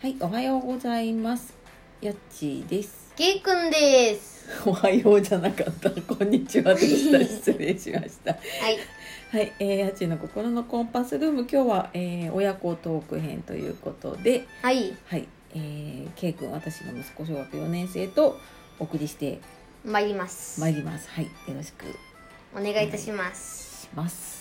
はい、おはようございます。やっちーです。 ケイくんです。おはようじゃなかった。こんにちはでした。失礼しました。 はい。はい、えー、やっちーの心のコンパスルーム。今日は、えー親子トーク編ということで、はい。はい、えー、けいくん、私の息子小学4年生とお送りして参ります。まいります。はい、よろしくお願いいたします。します。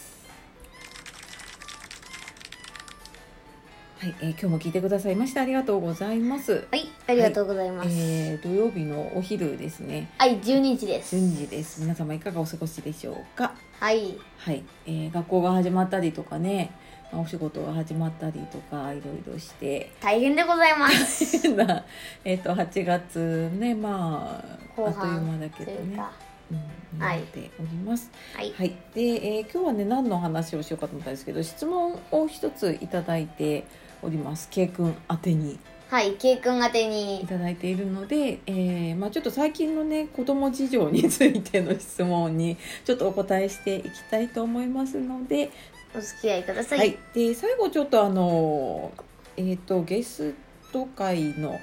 はい、えー、今日も聞いてくださいましてありがとうございます。はい。ありがとうございます。えー、土曜日のお昼ですね。はい。12日です。順次です皆様いかがお過ごしでしょうかはい。はい、えー学校が始まったりとかねまあお仕事が始まったりとかいろいろして 大変でございます。変なえっと8月ねまああ後っという間半だけどというねか。うん、はないっておりますはい。はい、で、えー今日はね何の話をしようかと思ったんですけど質問を一ついただいております K 君宛てにはい。ケイくん宛ていに。ただいているので、えーまあ、ちょっと最近のね子供事情についての質問にちょっとお答えしていきたいと思いますので,、お付き合いくださ。はいいで最後ちょっとあの、えー、とゲスト会の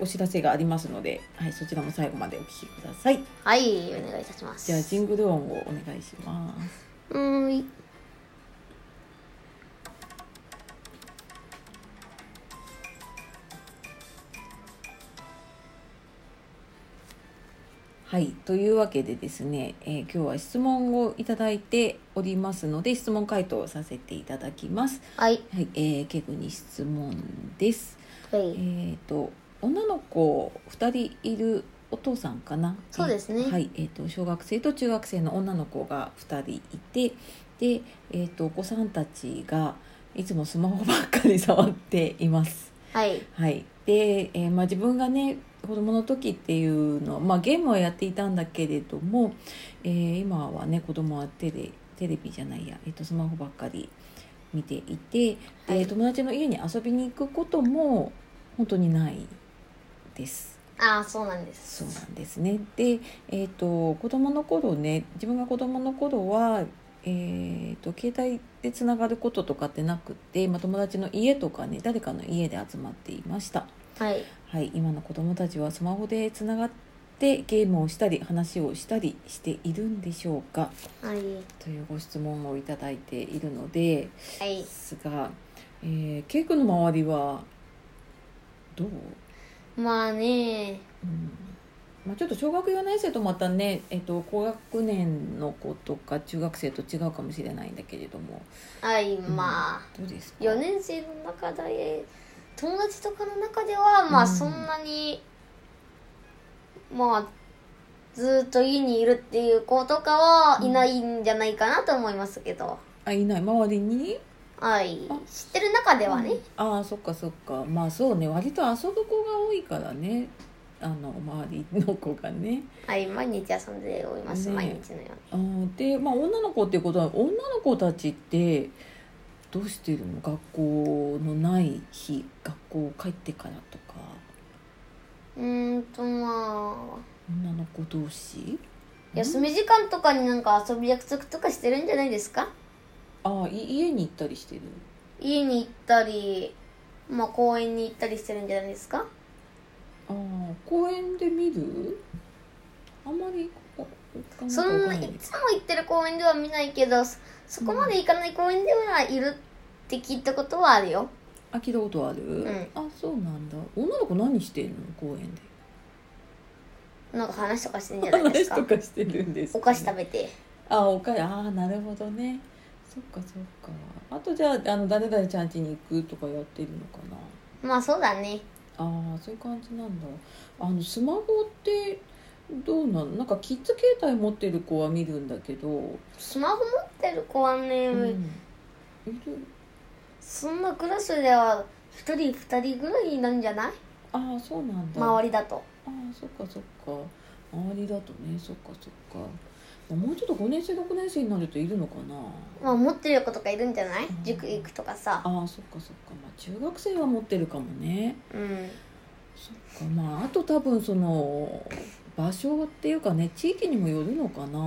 お知らせがありますので、はい、そちらも最後までお聞きくださいはい。お願いいたします。じゃあジングル音をお願いしますうーん。はいというわけでですね、えー今日は質問をいただいておりますので質問回答をさせていただきますはい。はい、えー、ケイ君に質問です。はえっ、い。と女の子二人いるお父さんかな。そうですねえーはい、えっ、と小学生と中学生の女の子が二人いて、でえっ、とお子さんたちがいつもスマホばっかり触っています。はい。はい。で、えーまあ自分がね子供の時っていうのはまあゲームはやっていたんだけれども、えー今はね子供はテレテレビじゃないやえっ、とスマホばっかり見ていて、ではい友達の家に遊びに行くことも本当にないです。ああ、そうなんでそうなす。んですね。で、えっ、と子供の頃ね、自分が子供の頃は。えっと携帯でつながることとかってなくて、まあ、友達の家とかね誰かの家で集まっていました、はい。はい、今の子供たちはスマホでつながってゲームをしたり話をしたりしているんでしょうかはい。というご質問をいただいているのではいで。すが、えー、ケイ君の周りはどう、まあね。うんまあ、ちょっと小学4年生とまたね、えっと高学年の子とか中学生と違うかもしれないんだけれどもはい。まあ。どうですか4年生の中で友達とかの中ではまうあんそんなに、まあずっと家にいるっていう子とかはいないんじゃないかなと思いますけど、あいない周りにはいあ知ってる中ではね、ああそっかそっかまあそうね割と遊ぶ子が多いからねあの周りの子がね。はい毎日遊んでおります、ね毎日のようあにーでまあ女の子っていうことは女の子たちってどうしてるの学校のない日学校帰ってからとかうーんとまあ女の子同士休み時間とかになんか遊び約束とかしてるんじゃないですかああ家に行ったりしてる家に行ったりまあ公園に行ったりしてるんじゃないですかああ公園で見るあんまりここそんんかなわいかんないつも行ってる公園では見ないけどそそこまで行かない公園ではいるって聞いたことはあるよあ聞いたことある、んあそうなんだ女の子何してんの公園でなんか話とかしてんじゃないです話とかかしてるんですかお菓子食べてあおかああなるほどねそっかそっかあとじゃああの誰々ちゃん家に行くとかやってるのかなまあそうだねああそういう感じなんだあのスマホってどうなんなんかキッズ携帯持ってる子は見るんだけど、スマホ持ってる子はね、うんいるそんなクラスでは1人2人ぐらいなんじゃないああそうなんだ周りだとああそっかそっか周りだとねそっかそっかもうちょっと5年生6年生になるといるのかなまあ持ってる子とかいるんじゃないうん塾行くとかさああそっかそっか、まあ、中学生は持ってるかもねうんそっかまああと多分その場所っていうかね地域にもよるのかな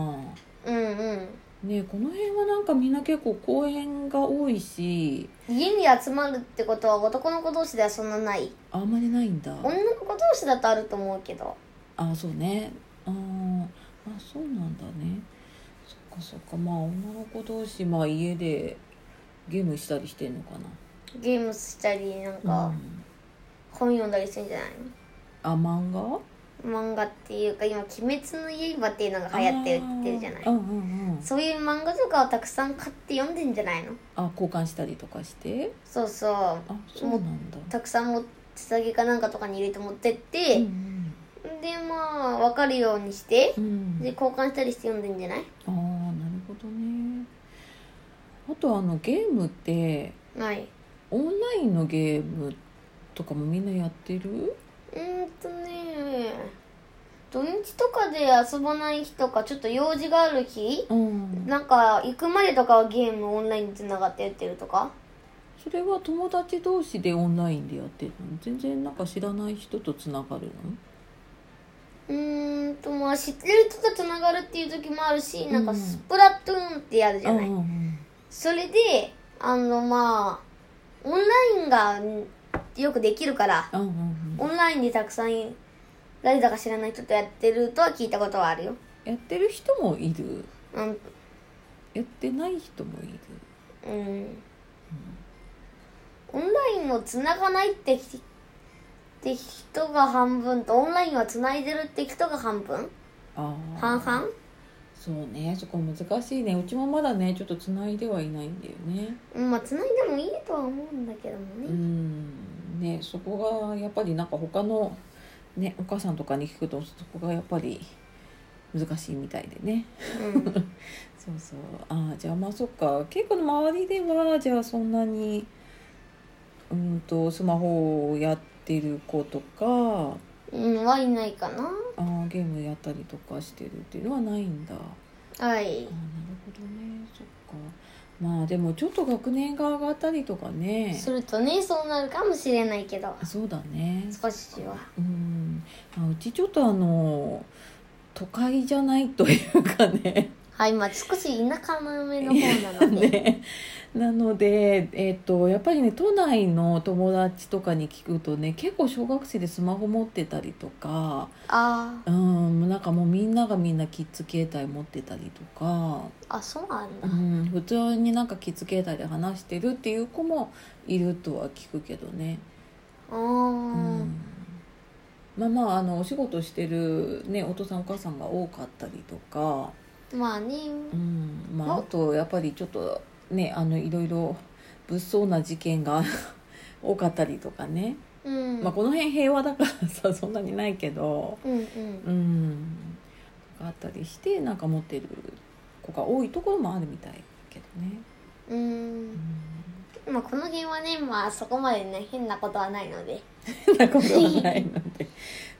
うんうんねこの辺はなんかみんな結構公園が多いし家に集まるってことは男の子同士ではそんなないあんまりないんだ女の子同士だとあると思うけどあそうねあーあそうなんだねそっかそっかまあ女の子同士まあ家でゲームしたりしてんのかゲームしたりなんなうかん本読んだりするんじゃないあ漫画の、漫画っていうか今「鬼滅の刃」っていうのが流行ってるって言ってるじゃなあーいうんうんうんそういう漫画とかをたくさん買って読んでんじゃないのあ交換したりとかしてそうそあそうなんだうたくさん持って下着かなんかとかに入れて持ってっうて、んでまあ分かるようにしてうんうんで交換したりして読んでんじゃないああなるほどねあとあのゲームってはいオンラインのゲームとかもみんなやってるうーんとね土日とかで遊ばない日とかちょっと用事がある日うんなんか行くまでとかはゲームオンラインつながってやってるとかそれは友達同士でオンラインでやってるの全然なんか知らない人とつながるのうーんとまあ知ってる人とつながるっていう時もあるしなんうかんスプラトゥーンってやるじゃない、うんうんそれであのまあオンラインがんよくできるからうんうんうんオンラインでたくさん誰だか知らない人とやってるとは聞いたことはあるよやってる人もいるうんやってない人もいるうんオンラインをつながないってひって人が半分とオンラインはつないでるって人が半分ああ半々そうねそこ難しいねうちもまだねちょっとつないではいないんだよねうんまあつないでもいいとは思うんだけどもうねんねそこがやっぱりなんか他のねお母さんとかに聞くとそこがやっぱり難しいみたいでねうんそうそうああじゃあまあそっか結構の周りではじゃあそんなにうんとスマホをやってる子とかうんはいないかなあーゲームやったりとかしてるっていうのはないんだ。はいあーなるほどねそっかまあでもちょっと学年が上がったりとかねするとねそうなるかもしれないけどそうだね少しはうんあうちちょっとあの都会じゃないというかねはいまあ少し田舎の上の方なの で、ねなので、えっとやっぱりね都内の友達とかに聞くとね結構小学生でスマホ持ってたりとか あうんなんかもうみんながみんなキッズ携帯持ってたりとかああそうなんうだ、ん、普通になんかキッズ携帯で話してるっていう子もいるとは聞くけどね、あうーまあまああのお仕事してる、ね、お父さんお母さんが多かったりとか、まあねうんまあ、ああとやっぱりちょっとねあのいろいろ物騒な事件が 多かったりとかね、うん、まあ、この辺平和だからさそんなにないけど、うんうんうん、あったりしてなんか持ってる子が多いところもあるみたいだけどね。ううんんまあ、この辺はね、まあ、そこまでね、変なことはないので。 なことはないので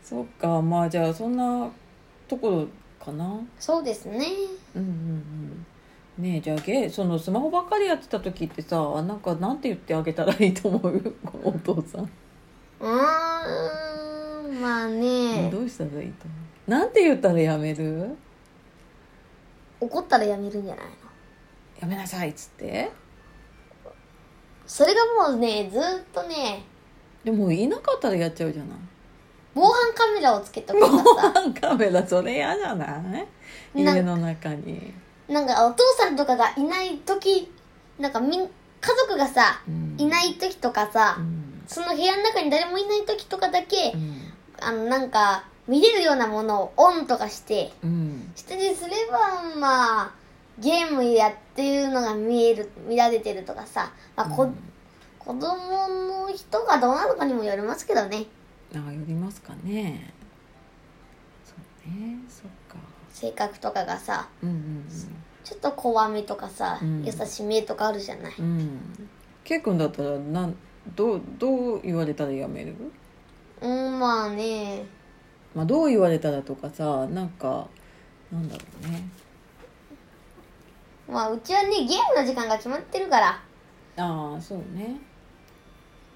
そっかまあじゃあそんなところかなうんそうですね。うんうんねえじゃあゲそのスマホばっかりやってた時ってさなんかなんて言ってあげたらいいと思う このお父さん、うーん、まあね、どうしたらいいと思うなんて言ったらやめる怒ったらやめるんじゃないのやめなさいっつってそれがもうね、ずーっとね、でもいなかったらやっちゃうじゃない防犯カメラをつけとくとかさ、カメラそれ嫌じゃないなん家の中に、なんかお父さんとかがいない時、なんかみん、家族がさ、うんいない時とかさう、んその部屋の中に誰もいない時とかだけう、んあの、なんか、見れるようなものをオンとかして、うん下にすればまあゲームやってるのが見える見られてるとかさ、まあこうん子供の人がどうなのかにもよりますけどねああよりますかねそうねそっか性格とかがさうんうんちょっと怖めとかさ、うん優しめとかあるじゃないうんうんケイ君だったらなんどうどう言われたらやめる、うんまあねまあ、どう言われたらとかさなんかなんだろうねまあうちはねゲームの時間が決まってるからああそうね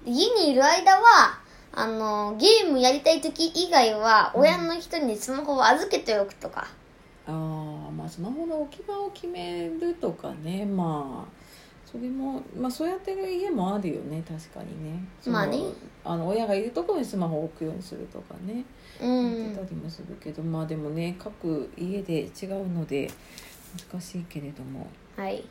家にいる間はあのゲームやりたい時以外は親の人にスマホを預けておくとか、ああまあまあ、スマホの置き場を決めるとかねまあそれも、まあ、そうやってる家もあるよね確かにねそのまあねあの親がいるところにスマホを置くようにするとかね、うやっんてたりもするけどまあでもね各家で違うので難しいけれどもはいはい、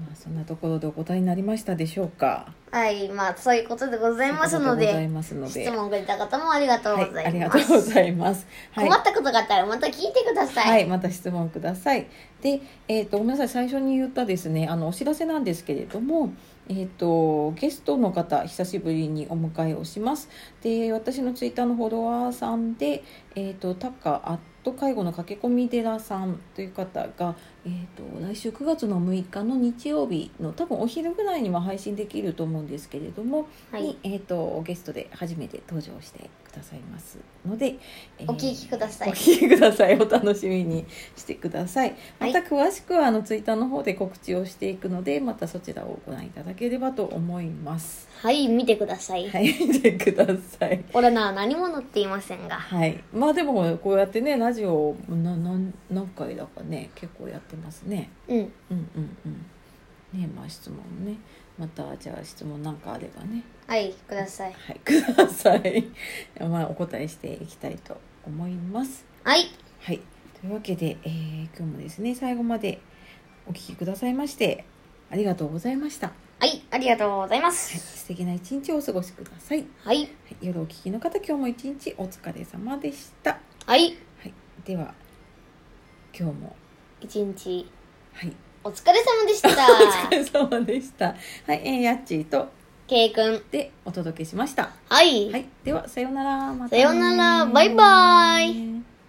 まあ、そんなところでお答えになりましたでしょうかはいまあそういうことでございますのということでございでますので質問くれた方もありがとうごはざい、ありいがまとうす、ございます。はい困ったことがあったらまた聞いてくださいはい、また質問ください。で、えっ、とごめんなさい、最初に言ったですね、あのお知らせなんですけれども、えっ、とゲストの方久しぶりにお迎えをします。で、私のツイッターのフォロワーさんで、えっ、とタカアット介護の駆け込み寺さんという方が、えっ、と来週9月の6日の日曜日の多分お昼ぐらいには配信できると思うんですけれども、はいにえっ、とゲストで初めて登場してくださいますので、えーお聞きくださいお聞きください。お楽しみにしてください。はまいた詳しくはあのツイッターの方で告知をしていくので、またそちらをご覧いただければと思います。はい見てください、はい、見てください。オラナは何も載っていませんがはい、まあでもこうやってねラジオななん何回だかね結構やってますね。うんうんうんうん。ねまあ質問ねまたじゃあ質問なんかあればねはいくださいはいください。 まあお答えしていきたいと思います。はいはい、というわけで、えー今日もですね最後までお聞きくださいましてありがとうございました、ははいありがとうございまい、す素敵な一日をお過ごしください、ははいい、夜お聞きの方今日も一日お疲れ様でした、はいはい、では今日も一日はいお疲れ様でしたお疲れ様でしたはい、えー、やっちーと K 君でお届けしましたはいはいではさようならまたさようならバイバイ